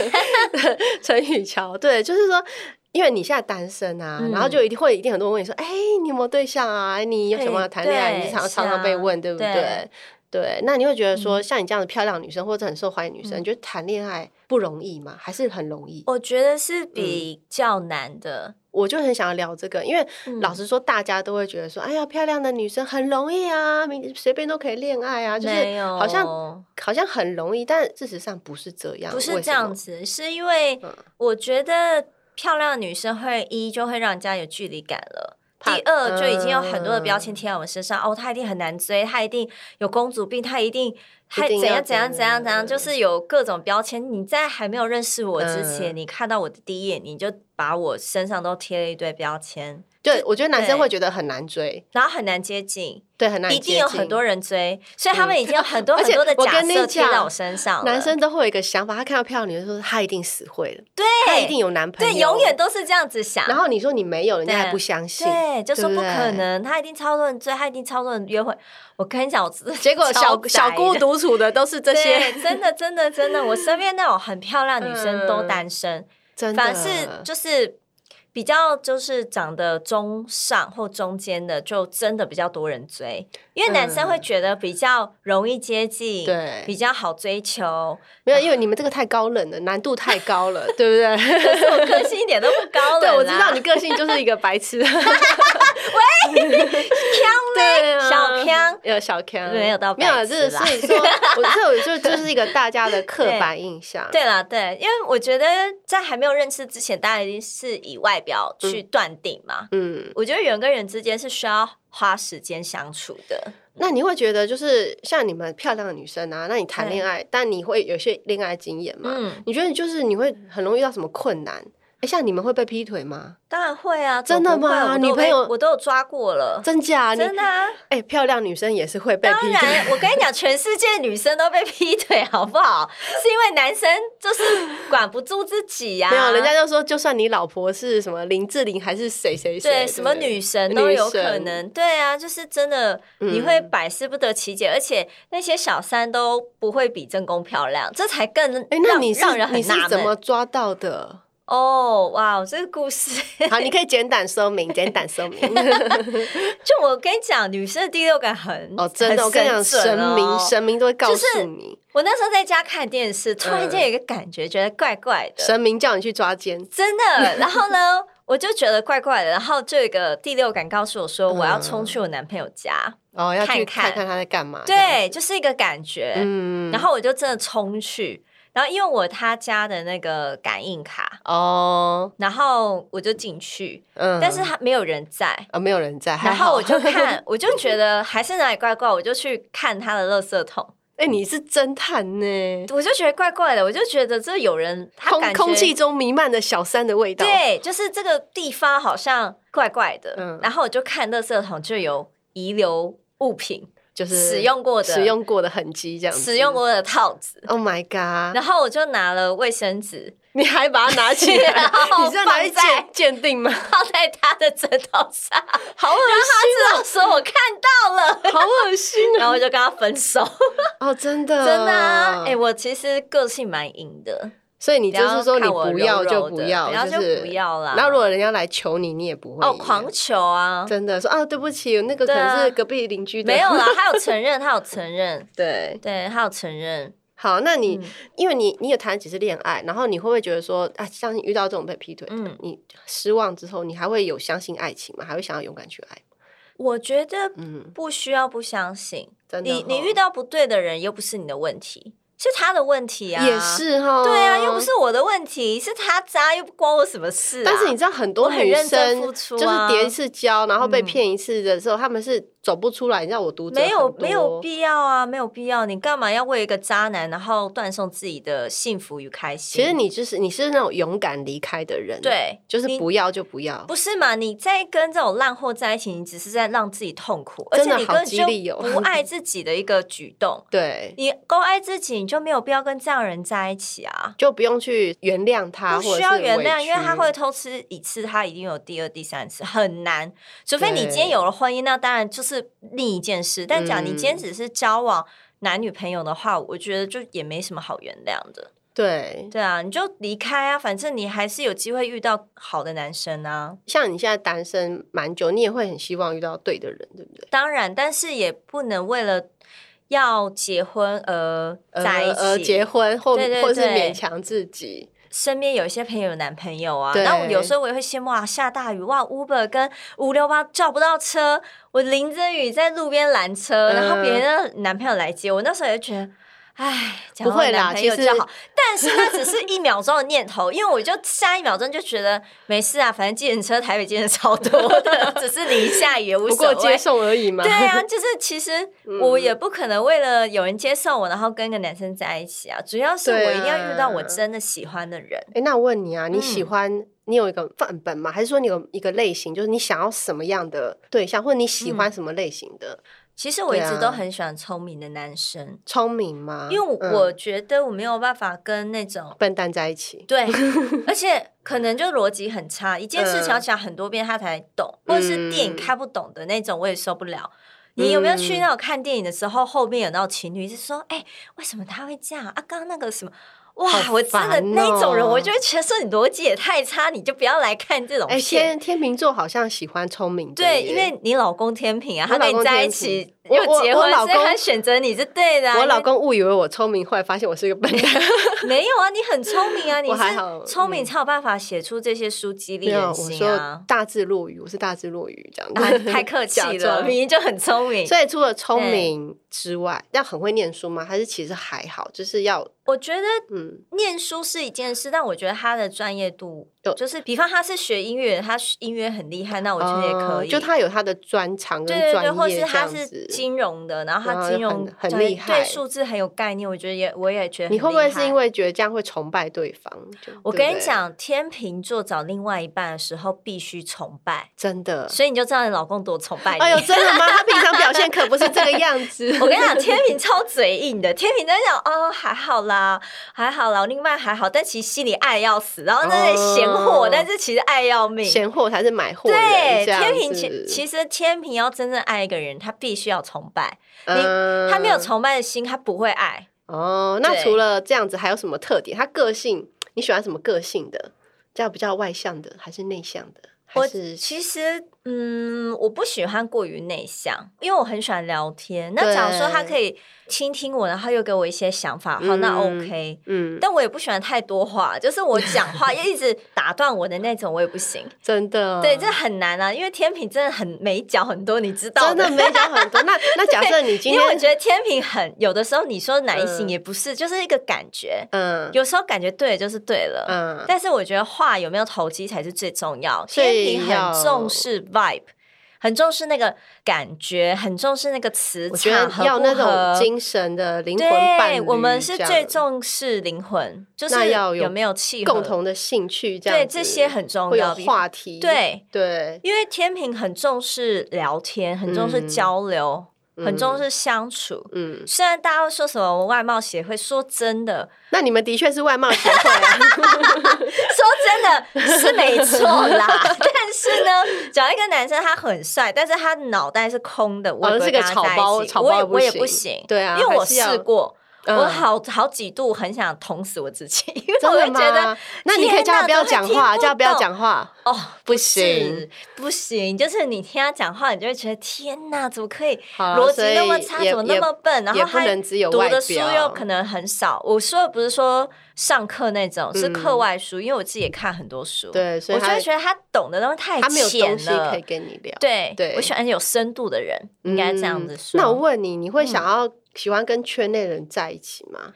A: 的陈雨乔，对，就是说。因为你现在单身啊，
B: 嗯
A: 然后就一定会一定很多人问你说，哎、你有没有对象啊？你有想不想谈恋爱？
B: 对
A: 你常
B: 是啊
A: 常常被问，对不对？
B: 对嗯
A: 对那你会觉得说，像你这样的漂亮女生或者很受欢迎女生，你觉得谈恋爱不容易吗？还是很容易？
B: 我觉得是
A: 嗯
B: 比较难的。
A: 我就很想要聊这个，因为
B: 嗯
A: 老实说，大家都会觉得说，哎呀，漂亮的女生很容易啊，明随便都可以恋爱啊，就是
B: 没有，
A: 好像好像很容易，但事实上不是这样，
B: 不是
A: 啊为
B: 这
A: 什么
B: 样。子，是因为
A: 嗯
B: 我觉得漂亮的女生会一就会让人家有距离感了。
A: 怕
B: 第二，就已经有很多的
A: 嗯
B: 标签贴在我们身上、哦，她一定很难追，她一定有公主病，她一定她
A: 一定
B: 怎样
A: 要嗯
B: 怎样
A: 怎
B: 怎样
A: 样
B: 怎样，就是有各种标签。你在还没有认识我之前，
A: 嗯
B: 你看到我的第一眼，你就把我身上都贴了一堆标签，
A: 对，我觉得男生
B: 对
A: 会觉得很难追，
B: 然后很难接近，
A: 对，很难接
B: 一
A: 近。
B: 定有很多人追，所以他
A: 嗯
B: 们已 经有很多
A: 而
B: 很
A: 且
B: 多的
A: 我
B: 假
A: 跟你
B: 设贴到
A: 讲
B: 我身上了。
A: 男生都会有一个想法，他看到漂亮女生说他一定死会了，对，他一定有男朋友，
B: 对，永远。都是这样子想。
A: 然后你说你没有，人家
B: 对
A: 还不相信，
B: 对，就说
A: 对
B: 不
A: 不
B: 可
A: 对。
B: 能，他一定超多人追，他一定超多人约会。我跟你讲，我真的
A: 结果
B: 超
A: 小
B: 宅
A: 小孤
B: 的。
A: 独处的都是这些，
B: 对，真的，真的，真的，我身边那种很漂亮的女生都
A: 嗯
B: 单身，
A: 真的。
B: 反而是就是比较就是长得中上或中间的，就真的比较多人追，因为男生会
A: 嗯
B: 觉得比较容易接近，
A: 对
B: 比较好追求，
A: 没有，因为你们这个太高冷了，难度太高了，对不对？
B: 可是我个性一点都不 高冷 啦。
A: 对，我知道你个性就是一个白 痴，对啊
B: 小康，
A: 有小 K
B: 没有到
A: 没有
B: 白
A: 啊，
B: 痴
A: 这
B: 啦
A: 所以说，我这我就就是一个大家的刻板印象，
B: 对啦，对，因为我觉得在还没有认识之前，大家一定是以外表去断定嘛。
A: 嗯，
B: 我觉得人跟人之间是需要花时间相处的。
A: 那你会觉得就是像你们漂亮的女生啊，那你谈恋爱，但你会有些恋爱经验吗？
B: 嗯，
A: 你觉得就是你会很容易遇到什么困难？哎，像你们会被劈腿吗？
B: 当然会啊，
A: 真的
B: 怎么不会
A: 吗
B: 我都有
A: 女朋友
B: 被我都有抓过了，
A: 真假？你
B: 真的啊。
A: 哎，漂亮女生也是会被
B: 当
A: 劈腿，
B: 然，啊我跟你讲，全世界女生都被劈腿，好不好？是因为男生就是管不住自己 呀、
A: 没有，人家就说，就算你老婆是什么林志玲还是谁谁谁，
B: 对，
A: 不
B: 什么女神都有可
A: 女神
B: 能。对啊，就是真的，
A: 嗯
B: 你会百思不得其解，而且那些小三都不会比正宫漂亮，这才更让
A: 哎，那你是
B: 让人
A: 你
B: 很
A: 是
B: 纳
A: 怎么
B: 闷。
A: 抓到的？
B: 哦，哇，这个故事，
A: 好，你可以简短说明，简短说明。
B: 就我跟你讲，女生的第六感很
A: 哦，真的，我跟你讲，神明。
B: 很准哦
A: 神明都会告
B: 就是
A: 诉你，
B: 我那时候在家看电
A: 嗯
B: 视，突然间有一个感觉，觉得怪怪的，
A: 神明叫你去抓奸，
B: 真的。然后呢，我就觉得怪怪的。然后这个第六感告诉我
A: 嗯
B: 说，我要冲去我男朋友家，
A: 哦，要去
B: 看看
A: 看看他在干嘛。这样，
B: 对，就是一个感觉。
A: 嗯，
B: 然后我就真的冲去，然后因为我他家的那个感应卡，
A: 哦，
B: 然后我就进去，
A: 嗯，
B: 但是他没有人在。
A: 啊，没有人在，还
B: 然
A: 好
B: 后我就，看，我就觉得还是哪里怪怪，我就去看他的垃圾桶，
A: 哎，你是侦探呢，
B: 我就觉得怪怪的，我就觉得这有人，他
A: 空
B: 感觉
A: 空气中弥漫着小三的味道。，
B: 对，就是这个地方好像怪怪的。
A: 嗯
B: 然后我就看垃圾桶就有遗留物品，
A: 就是
B: 使用过的
A: 使用过的痕迹这样子。
B: 使用。过的套子，
A: Oh my god！
B: 然后我就拿了卫生纸
A: 你还把它拿起来
B: 然，后
A: 你是要拿去
B: 放在
A: 鉴鉴定 吗？
B: 套在他的枕头上，
A: 好恶
B: 他知道说我看到了，
A: 心，好恶心啊
B: 然后我就跟他分手。
A: 哦！真的，
B: 真的啊，哎、我其实个性蛮硬的，
A: 所以你就是说你
B: 不
A: 不要
B: 要看
A: 就
B: 我柔柔
A: 不
B: 的
A: 要，
B: 不要
A: 是
B: 就不要啦
A: 然后如果人家来求你，你也不会
B: 哦，
A: 一样
B: 狂求啊，
A: 真的说啊，对不起，那个可
B: 对啊
A: 能是隔壁邻居的，
B: 没有啦，他有承认，他有承认，
A: 对，
B: 对，他有承 认，
A: 好，那你、
B: 嗯
A: 因为你你也谈几次恋爱，然后你会不会觉得说啊，像遇到这种被劈腿的，
B: 嗯
A: 你失望之后，你还会有相信爱情吗？还会想要勇敢去爱吗？
B: 我觉得
A: 嗯，
B: 不需要不相信，
A: 真的哦
B: 你
A: 齁
B: 你遇到不对的人又不是你的问题，是他的问题啊，
A: 也。是哦哈，
B: 对啊，又不。是我的问题，是他渣，又不关我什么事、啊。
A: 但是你知道很多
B: 我很
A: 女
B: 认真
A: 生
B: 付出
A: 就
B: 啊
A: 是叠一次跤，然后被
B: 嗯
A: 骗一次的时候，他们是走不出来。你知道我读者
B: 没有
A: 很多
B: 没有必要啊，没有必要，你干嘛要为一个渣男然后断送自己的幸福与开心？
A: 其实你就是你是那种勇敢离开的人，，
B: 对，
A: 就是
B: 你
A: 不要就不要，
B: 不是嘛？你在跟这种烂货在一起，你只是在让自己痛苦，而
A: 真的
B: 且你根本
A: 好激励
B: 就
A: 哦
B: 不爱自己的一个举动。
A: 对，
B: 你够爱自己，你就没有必要跟这样的人在一起啊！
A: 就不用去原谅他，
B: 不
A: 啊或者
B: 需要
A: 是
B: 原
A: 委
B: 谅，因为他
A: 屈
B: 会偷吃一次，他一定有第二、第三次，很难。除非你
A: 对
B: 今天有了婚姻，那当然就是另一件事。但讲你今天
A: 嗯
B: 只是交往男女朋友的话，我觉得就也没什么好原谅的。
A: 对，
B: 对啊，你就离开啊，反正你还是有机会遇到好的男生啊。
A: 像你现在单身蛮久，你也会很希望遇到对的人，对不对？
B: 当然，但是也不能为了要结婚而在一
A: 呃
B: 起。
A: 呃结婚或
B: 对对
A: 或是
B: 对
A: 勉强自己，
B: 身边有一些朋友有男朋友啊，
A: 对
B: 然后我有时候我也会羡慕啊，下大雨哇，Uber 跟五六八叫不到车，我淋着雨在路边拦车，
A: 嗯
B: 然后别人的男朋友来接我，那时候也觉得。唉，讲到
A: 不会啦
B: 男朋友
A: 其实
B: 就好，但是那只 是一秒钟的念头，因为我就下一秒钟就觉得没事啊，反正计程车台北计程车超多的，只是淋一下雨也无
A: 不
B: 所
A: 过
B: 谓。
A: 接送而已嘛。嗯
B: 对 啊，就是其实我也不可能为了有人接受我，然后跟一个男生在一起啊。主要是
A: 对啊
B: 我一定要遇到我真的喜欢的人。
A: 哎，那我问你啊，你
B: 嗯
A: 喜欢、你有一个范本吗？还是说你有一个类型，就是你想要什么样的对象，或者你喜
B: 嗯
A: 欢什么类型的？
B: 其实我一直
A: 对
B: 都
A: 啊
B: 很喜欢聪明的男生，
A: 聪明吗？
B: 因为我,、
A: 嗯
B: 我觉得我没有办法跟那种
A: 笨蛋在一起，
B: 对，而且可能就逻辑很差，一件事情要
A: 嗯
B: 讲很多遍他才懂，或者是电影
A: 嗯
B: 看不懂的那种，我也受不了。你有没有去那种看电影的时候，后面有那种情侣是说，哎、为什么他会这样啊？刚刚那个什么，哇，
A: 好
B: 我真的
A: 烦
B: 那种人，
A: 哦
B: 我就会觉得说你逻辑也太差，你就不要来看这种
A: 哎，
B: 片。
A: 天天秤座好像喜欢聪明的
B: 对，
A: 耶
B: 因为你老公天平啊，
A: 我
B: 他跟
A: 老
B: 你
A: 公
B: 在一
A: 天
B: 起
A: 平
B: 又
A: 我我
B: 结
A: 我
B: 婚，
A: 老
B: 所以他
A: 公
B: 选择你是对的、啊。
A: 我
B: 因
A: 老
B: 为
A: 公误以为我聪明，后来发现我是一个笨 蛋。
B: 没有啊，你很聪明啊，你
A: 我还好
B: 是聪明
A: 嗯
B: 才有办法写出这些书激励
A: 没有，
B: 人
A: 我
B: 心啊
A: 说。大智若愚，我是大智若愚这样
B: 啊
A: 子，
B: 太客 气
A: 假
B: 了，
A: 装
B: 明明就很聪明。
A: 所以除了聪明之外，要很会念书吗？还是其实还好，就是要
B: 我觉得
A: 嗯
B: 念书是一件事，但我觉得他的专业度
A: 有，
B: 就是比方他是学音乐，他音乐很厉害，哦那我觉得也可
A: 呃
B: 以。
A: 就他有他的专长跟
B: 对对
A: 专
B: 对，
A: 业
B: 或
A: 这
B: 是他
A: 样
B: 是
A: 子。
B: 金融的，然后
A: 然
B: 他
A: 后
B: 金
A: 很
B: 融
A: 很
B: 对
A: 厉害
B: 对数字很有概念，我觉得也我也觉得很
A: 你会不会
B: 厉害
A: 是因？为觉得这样会崇拜对方？就对
B: 我
A: 不
B: 跟你
A: 对，
B: 讲，天秤座找另外一半的时候必须崇拜，
A: 真的，
B: 所以你就知道你老公多崇拜你。。
A: 呃哎呦，真的吗？他平常表现可不是这个样子
B: 我跟你讲，天 平超嘴硬的，天平在讲哦还好啦，还好啦，另外还好，但其实心里爱要死，然后那些嫌货，
A: 哦
B: 但是其实爱要命。
A: 闲货才是买货人，
B: 对，
A: 这样
B: 天平
A: 子
B: 其其实天平要真正爱一个人，他必须要崇拜，
A: 嗯
B: 他没有崇拜的心，他不会爱。
A: 哦。那
B: 对
A: 除了这样子，还有什么特点？他个性，你喜欢什么个性的？这样比较外向的，还是内向的？还
B: 我
A: 是
B: 其实嗯，我不喜欢过于内向，因为我很喜欢聊天。那假如说他可以倾听我，然后又给我一些想法，好，那
A: 嗯
B: OK。
A: 嗯，
B: 但我也不喜欢太多话，就是我讲话又一直打断我的那种，我也不行。
A: 真的，
B: 对，这很难啊，因为天平真的很美角很多，你知道
A: 真的没讲很多。那 那假设你今
B: 因为我
A: 天，
B: 觉得天平很有的时候，你说男性
A: 嗯
B: 也不是，就是一个感觉，
A: 嗯
B: 有时候感觉对了就是对了。
A: 嗯，
B: 但是我觉得话有没有投机才是最重要。
A: 所
B: 天
A: 以
B: 平很重视 vibe，很重视那个感觉，很重视那个磁
A: 我觉得
B: 场合
A: 要
B: 不
A: 那种
B: 合。
A: 精神的灵魂伴
B: 对，
A: 侣，
B: 我们是
A: 这样
B: 最重视灵魂，就是
A: 那要有
B: 有没有契合
A: 共同的兴趣，这样
B: 对
A: 子
B: 这些很重
A: 会有
B: 要。比
A: 话题，
B: 对，
A: 对，
B: 因为天平很重视聊天，很重视
A: 嗯
B: 交流，很重
A: 嗯
B: 视相处。
A: 嗯，
B: 虽然大家会说什么外貌协会，说真的，
A: 那你们的确是外貌协会啊，
B: 说真的是没错 啦，但是呢，只要一个男生他很帅，但是他脑袋是空 的，我也
A: 哦
B: 不
A: 是
B: 会
A: 个
B: 跟他
A: 草
B: 在
A: 包，
B: 一起，
A: 草
B: 我也
A: 包
B: 我也
A: 不
B: 不行，
A: 对啊，
B: 因为我
A: 还是要
B: 试过，
A: 嗯
B: 我好好几度很想捅死我自己，因为
A: 真
B: 我
A: 的
B: 会觉得
A: 吗？那你可以叫他不要讲话，
B: 天哪
A: 叫他不要讲话，
B: 哦。
A: 不
B: 是
A: 行。
B: 不行，就是你听他讲话，你就会觉得天哪，怎么可以
A: 好啊
B: 逻辑
A: 所以
B: 那么差，
A: 也
B: 怎么那
A: 也
B: 么笨？然后
A: 也不
B: 他
A: 能只有
B: 读
A: 外
B: 的书又
A: 表
B: 可能很少。我说的不是说上课那种，是课
A: 嗯
B: 外书，因为我自己也看很多书。
A: 对，所以
B: 我就
A: 他
B: 会觉得他懂的东西太
A: 他没有东
B: 浅
A: 西
B: 了
A: 可以。跟你聊。
B: 对，
A: 对
B: 我喜欢有深度的人，应该这样子
A: 嗯
B: 说。
A: 那我问你，你会想要喜欢跟圈内人在一起吗？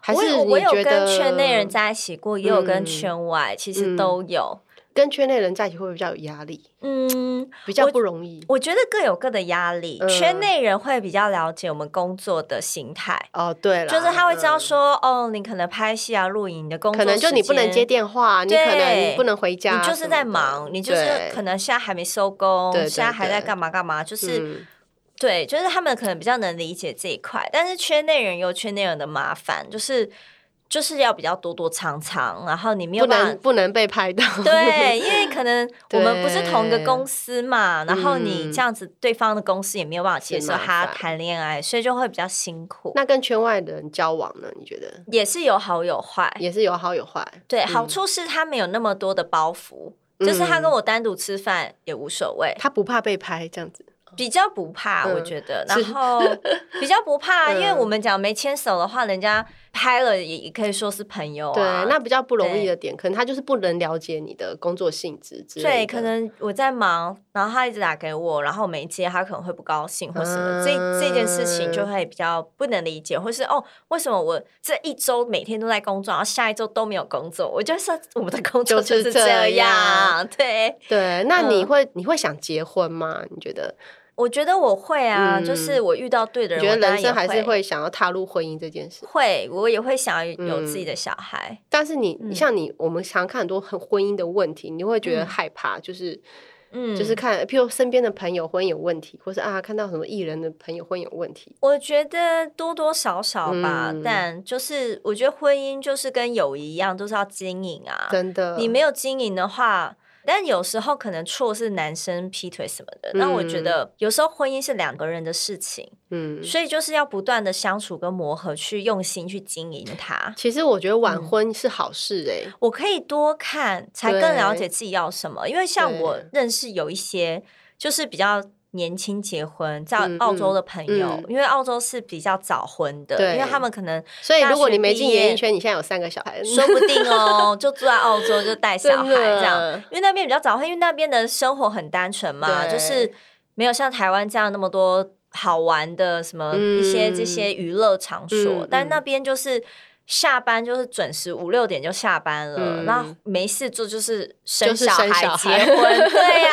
A: 还
B: 我
A: 是
B: 有我
A: 你
B: 有
A: 觉
B: 跟
A: 得
B: 圈内人在一起过，也有跟
A: 嗯
B: 圈外，其实
A: 嗯
B: 都有。
A: 跟圈内人在一起会不会比较有压力，
B: 嗯，
A: 比较
B: 我
A: 不容易？
B: 我觉得各有各的压力。
A: 嗯
B: 圈内人会比较了解我们工作的形态。
A: 哦，对了，
B: 就是他会知道
A: 嗯。
B: 说，哦，你可能拍戏啊、录影，你的工作
A: 可能就你不能
B: 时
A: 接
B: 间，
A: 电话，你
B: 对
A: 可能不能回家，
B: 你就是在忙，你就是可
A: 能
B: 能现在还没收工，
A: 对对
B: 现在还在
A: 对嗯
B: 干嘛干嘛，就是、对，就是他们可能比较能理解这一块，但是圈内人有圈内人的麻烦，就是就是要比较躲躲藏藏，然后你没有
A: 不
B: 办
A: 能
B: 法。
A: 不能被拍到。
B: 对，因为可能我
A: 对
B: 们不是同一个公司嘛，然后你
A: 嗯
B: 这样子，对方的公司也没有办法接
A: 是
B: 受
A: 麻
B: 他
A: 烦
B: 谈恋爱，所以就会比较辛苦。
A: 那跟圈外的人交往呢？你觉得
B: 也是有好有坏，
A: 也嗯是有好有坏？
B: 对，好处是他没有那么多的包袱，
A: 嗯
B: 就是他跟我单独吃饭也无所谓，
A: 他不怕被拍这样子，
B: 比较不怕，
A: 哦嗯
B: 我觉得，
A: 是
B: 然后比较不 怕，
A: 嗯
B: 因为我们讲没牵手的话，人家拍了也也可以说是朋友
A: 对
B: 啊。，
A: 那比较不容易的点，可能他就是不能了解你的工作性质之类的。
B: 对，可能我在忙，然后他一直打给我，然后我没接，他可能会不高兴或什么，
A: 嗯
B: 这这件事情就会比较不能理解，或是哦，为什么我这一周每天都在工作，然后下一周都没有工作？我就说我们的工作
A: 就是是这
B: 这样
A: 样
B: 对。
A: 对，那你
B: 嗯
A: 会、你会想结婚吗？你觉得？
B: 我觉得我会啊，
A: 嗯
B: 就是我遇到对的
A: 你
B: 人，
A: 觉得
B: 我
A: 人
B: 当然也
A: 生还是
B: 会
A: 会想要踏入婚姻这件事？
B: 会，我也会想要有
A: 嗯
B: 自己的小孩。
A: 但是你、
B: 嗯
A: 像你，我们常看很多很婚姻的问题，你会觉得
B: 嗯
A: 害怕，就是
B: 嗯，
A: 就是看，譬如身边的朋友婚姻有问题，或是啊看到什么艺人的朋友婚姻有问题，
B: 我觉得多多少少吧，
A: 嗯
B: 但就是我觉得婚姻就是跟友谊一样，都是要经营啊。
A: 真的，
B: 你没有经营的话。但有时候可能错是男生劈腿什么的，那、我觉
A: 嗯
B: 得有时候婚姻是两个人的事情，
A: 嗯。
B: 所以就是要不断的相处跟磨合，去用心去经营它。
A: 其实我觉得
B: 嗯
A: 晚婚是好事哎、
B: 我可以多看，才更
A: 对
B: 了解自己要什么。因为像
A: 对
B: 我认识有一些就是比较年轻结婚，在
A: 嗯
B: 澳洲的朋友，
A: 嗯
B: 因为澳洲是比较早婚的，
A: 对
B: 因为他们可能
A: 所以如果你没
B: 大
A: 进
B: 学毕业
A: 演艺圈，你现在有三个小孩，
B: 说不定哦，就住在澳洲就带小孩这样，
A: 真的
B: 因为那边比较早婚，因为那边的生活很单纯嘛，
A: 对
B: 就是没有像台湾这样那么多好玩的什么
A: 嗯
B: 一些这些娱乐场所，
A: 嗯
B: 但
A: 嗯
B: 那边就是。下班就是准时五六点就下班了，
A: 嗯
B: 那、没事做就是生
A: 就是
B: 小孩、
A: 生小孩
B: 结婚，对呀、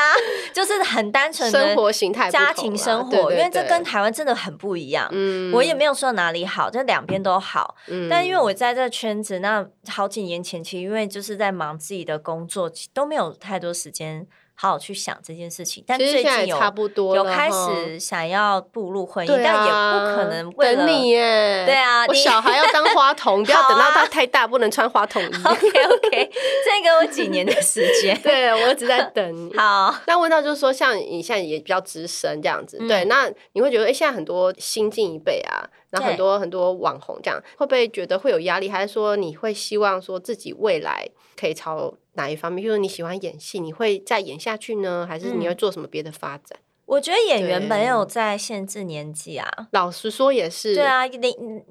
B: 就是很单纯的
A: 生活形态不同啦、
B: 家庭生活，
A: 对对
B: 因为这
A: 对
B: 跟台湾真的很不一样。
A: 嗯
B: 我也没有说哪里好，这两边都好。
A: 嗯
B: 但因为我在这个圈子，那好几年前期，因为就是在忙自己的工作，都没有太多时间好好去想这件事情。但
A: 其实
B: 最
A: 现在
B: 近
A: 也
B: 有
A: 差不多
B: 有
A: 了
B: 开
A: 哈
B: 始想要步入婚姻，
A: 对
B: 但也
A: 啊，
B: 不可能为了
A: 等你耶，
B: 对啊
A: 我
B: 你
A: 小 孩要当花童，不
B: 好
A: 要
B: 啊
A: 等到他太大不能穿花童衣。
B: OK OK，再给我几年的时 间。
A: 对我一直在等你。
B: 好，
A: 那问到就是说，像你现在也比较资深这样子，
B: 嗯
A: 对，那你会觉得，哎、现在很多新进一辈啊，然后很多很多网红这样，会不会觉得会有压力？还是说你会希望说自己未来可以朝哪一方面？比如说你喜欢演戏，你会再演下去呢，还是你
B: 嗯
A: 会做什么别的发展？
B: 我觉得演员
A: 对
B: 没有在限制年纪啊，
A: 老实说也是，
B: 对。啊，你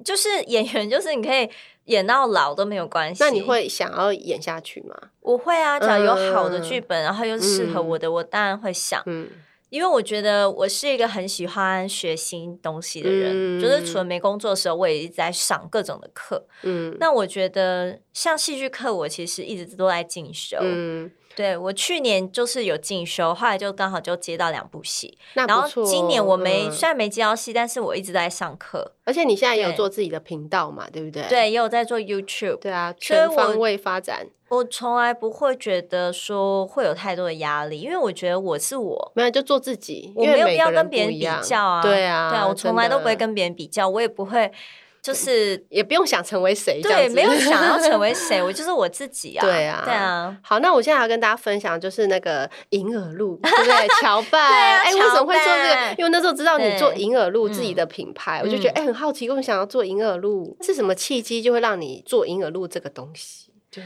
B: 就是演员，就是你可以演到老都没有关系。
A: 那你会想要演下去吗？
B: 我会啊，只要有好的
A: 嗯
B: 剧本，然后又适合我的，我当然会想。
A: 嗯，
B: 因为我觉得我是一个很喜欢学新东西的人，
A: 嗯
B: 就是除了没工作的时候，我也一直在上各种的课。
A: 嗯，
B: 那我觉得像戏剧课，我其实一直都在进修。
A: 嗯，
B: 对我去年就是有进修，后来就刚好就接到两部戏，
A: 那
B: 然
A: 不
B: 后
A: 错
B: 今年我没、
A: 嗯
B: 虽然没接到戏，但是我一直在上课，
A: 而且你现在也有
B: 对
A: 做自己的频道嘛，对不对？
B: 对，也有在做 YouTube。
A: 对啊，
B: 所以
A: 全
B: 我
A: 方位发展。
B: 我从来不会觉得说会有太多的压力，因为我觉得我是我，
A: 没有就做自己，
B: 我
A: 因为
B: 没有
A: 每
B: 必
A: 个
B: 要
A: 人
B: 跟别
A: 不
B: 人
A: 一
B: 比
A: 样
B: 较啊。
A: 对啊，
B: 对啊，我从来
A: 真的
B: 都不会，跟别人比较，我也 不会就是
A: 也不用想成为谁，这
B: 对，
A: 样子
B: 没有想要 成为谁，我就是我自己啊。
A: 对啊
B: 对啊。
A: 好，那我现在要跟大家分享就是那个银耳露，对不 对？乔拜，
B: 啊
A: 哎、为什么会做这
B: 乔
A: 个
B: 拜？
A: 因为那时候知道你做
B: 对
A: 银耳露
B: 嗯
A: 自己的品牌，我就觉得哎、很好奇，为什么想要做银耳露？是什么契机就会让你做银耳露这个东西？对，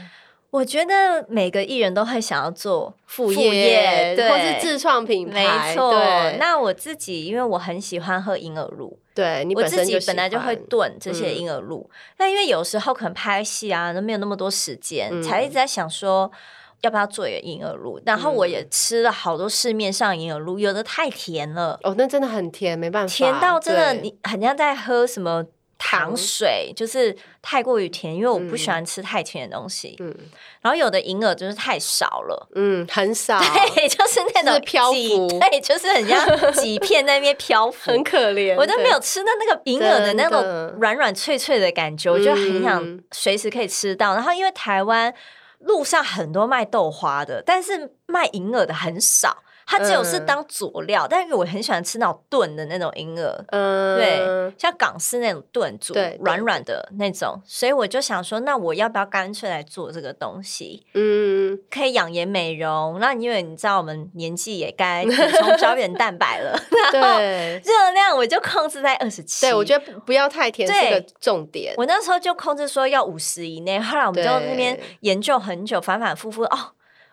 B: 我觉得每个艺人都会想要做
A: 副
B: 业，
A: 业
B: 对，
A: 或是自创品
B: 没
A: 牌，
B: 错
A: 对。
B: 那我自己因为我很喜欢喝银耳露，
A: 对你
B: 我
A: 本
B: 自
A: 身
B: 己
A: 喜
B: 本来就会
A: 欢嗯
B: 炖这些银耳露，但因为有时候可能拍戏啊，都没有那么多时间，
A: 嗯嗯
B: 才一直在想说。要不要做一个银耳露？然后我也吃了好多市面上的银耳露，有的太甜了，
A: 哦，那真的很甜，没办法，
B: 甜到真的
A: 对
B: 你很像在喝什么糖
A: 糖
B: 水，就是太过于甜。因为我不
A: 嗯
B: 喜欢吃太甜的东西，
A: 嗯
B: 然后有的银耳就是太少了。
A: 嗯很 少，
B: 对，就是那种
A: 是漂
B: 几
A: 浮
B: 对，就是很像几片在那边漂浮，
A: 很可怜，
B: 我都没
A: 对
B: 有吃到那个银耳的那
A: 真
B: 种
A: 的
B: 软软脆脆的感觉，我就很想
A: 嗯
B: 随时可以吃到。然后因为台湾路上很多卖豆花的，但是卖银耳的很少，它只有是
A: 嗯
B: 当佐料。但是我很喜欢吃那种炖的那种银耳。
A: 嗯，
B: 对，像港式那种炖煮
A: 对对，
B: 软软的那种，所以我就想说，那我要不要干脆来做这个东西？
A: 嗯，
B: 可以养颜美容，那因为你知道我们年纪也该补充胶原蛋白 了，
A: 对
B: 热量我就控制在二十 七。
A: 对，我
B: 得
A: 觉得不不要太甜是
B: 对
A: 个重点，
B: 我那时候就控制说要五十以内，后来我们就
A: 对
B: 那边研究很久，反反复复哦，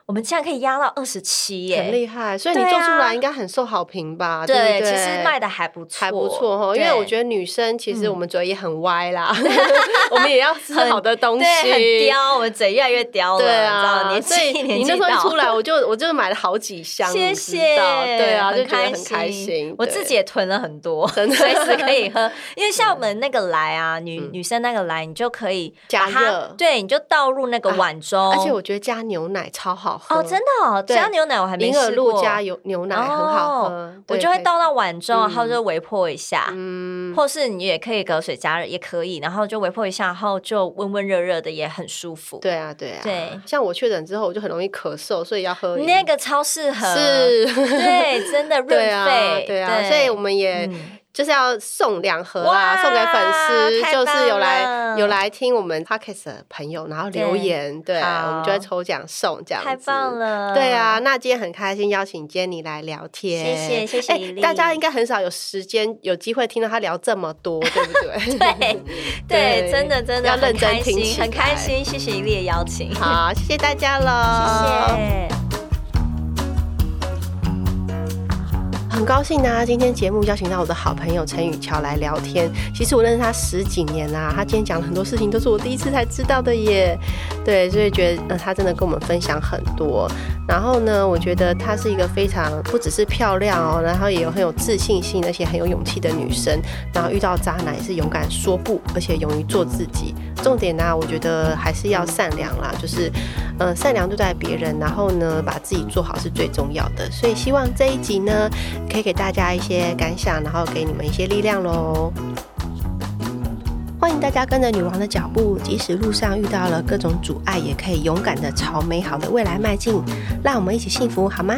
B: 我们竟然可以压到二十七
A: 很
B: 耶！
A: 厉害，所以你
B: 对
A: 做出
B: 啊
A: 来应该很受好评吧？
B: 对，
A: 不对
B: 其实卖的还不错，嗯
A: 还不错哈，因为我觉
B: 得
A: 得女生其实我们嘴也很歪 啦， 我们也要吃好的东西，
B: 对很刁，我嘴越来越刁了，
A: 对
B: 你
A: 啊，
B: 知
A: 所
B: 道
A: 以
B: 年纪年
A: 你
B: 纪
A: 那时候一
B: 到
A: 出来，我就我就买了好几箱，
B: 谢
A: 你知
B: 谢，
A: 道对啊，就觉得
B: 开
A: 很开心。
B: 我
A: 对
B: 自己也囤了很多，
A: 真的嗯
B: 随时可 以喝。因为像我们那个来啊，女女生那个来，你就可以
A: 加
B: 把它
A: 热啊
B: 对，你就倒入那个碗中。
A: 而且我觉得加牛奶超好喝
B: 哦哦，真的哦，
A: 对
B: 加牛奶我还没
A: 银耳
B: 试
A: 露
B: 过，哦
A: 加牛牛奶很好喝，
B: 我
A: 对
B: 就会
A: 可以
B: 倒到碗中，
A: 嗯
B: 然后就微波一下。
A: 嗯，
B: 或是你也可以隔水加热，也可以，然后就微波一下，然后就温温热热的，也很舒服。
A: 对啊，对啊，
B: 对
A: 像我确诊之后，我就很容易咳嗽，所以要喝饮
B: 那个超适合，
A: 是，
B: 对，真的润
A: 对啊
B: 肺，，
A: 对啊，所以我们也
B: 嗯
A: 就是要送两盒
B: 哇
A: 啦，送给粉丝，
B: 太
A: 就是有
B: 棒了
A: 来有来听我们 podcast 的朋友，然后留言，对，
B: 好
A: 我们就会抽奖送这样子，
B: 太棒。了，
A: 对啊，，那今天很开心邀请 Jenny 来聊天，
B: 谢谢谢谢
A: 哎
B: 依丽
A: 大家应该很少有时间有机会听到她聊这么多，对不对？
B: 对对，
A: 对
B: 真的真的
A: 要
B: 很
A: 认真
B: 开
A: 听
B: 心，
A: 起
B: 很开
A: 来
B: 心，谢谢一丽的邀请，
A: 好，谢谢大家喽，
B: 谢谢。
A: 很高兴呢、今天节目邀请到我的好朋友陈宇乔来聊天。其实我认识他十几年啦、他今天讲了很多事情都是我第一次才知道的耶。对，所以觉得、呃、他真的跟我们分享很多。然后呢，我觉得她是一个非常不只是漂亮哦，然后也有很有自信心，而且很有勇气的女生。然后遇到渣男也是勇敢说不，而且勇于做自己。重点呢、我觉得还是要善良啦，就是呃善良对待别人，然后呢把自己做好是最重要的。所以希望这一集呢。可以给大家一些感想，然后给你们一些力量喽。欢迎大家跟着女王的脚步，即使路上遇到了各种阻碍，也可以勇敢的朝美好的未来迈进。让我们一起幸福好吗？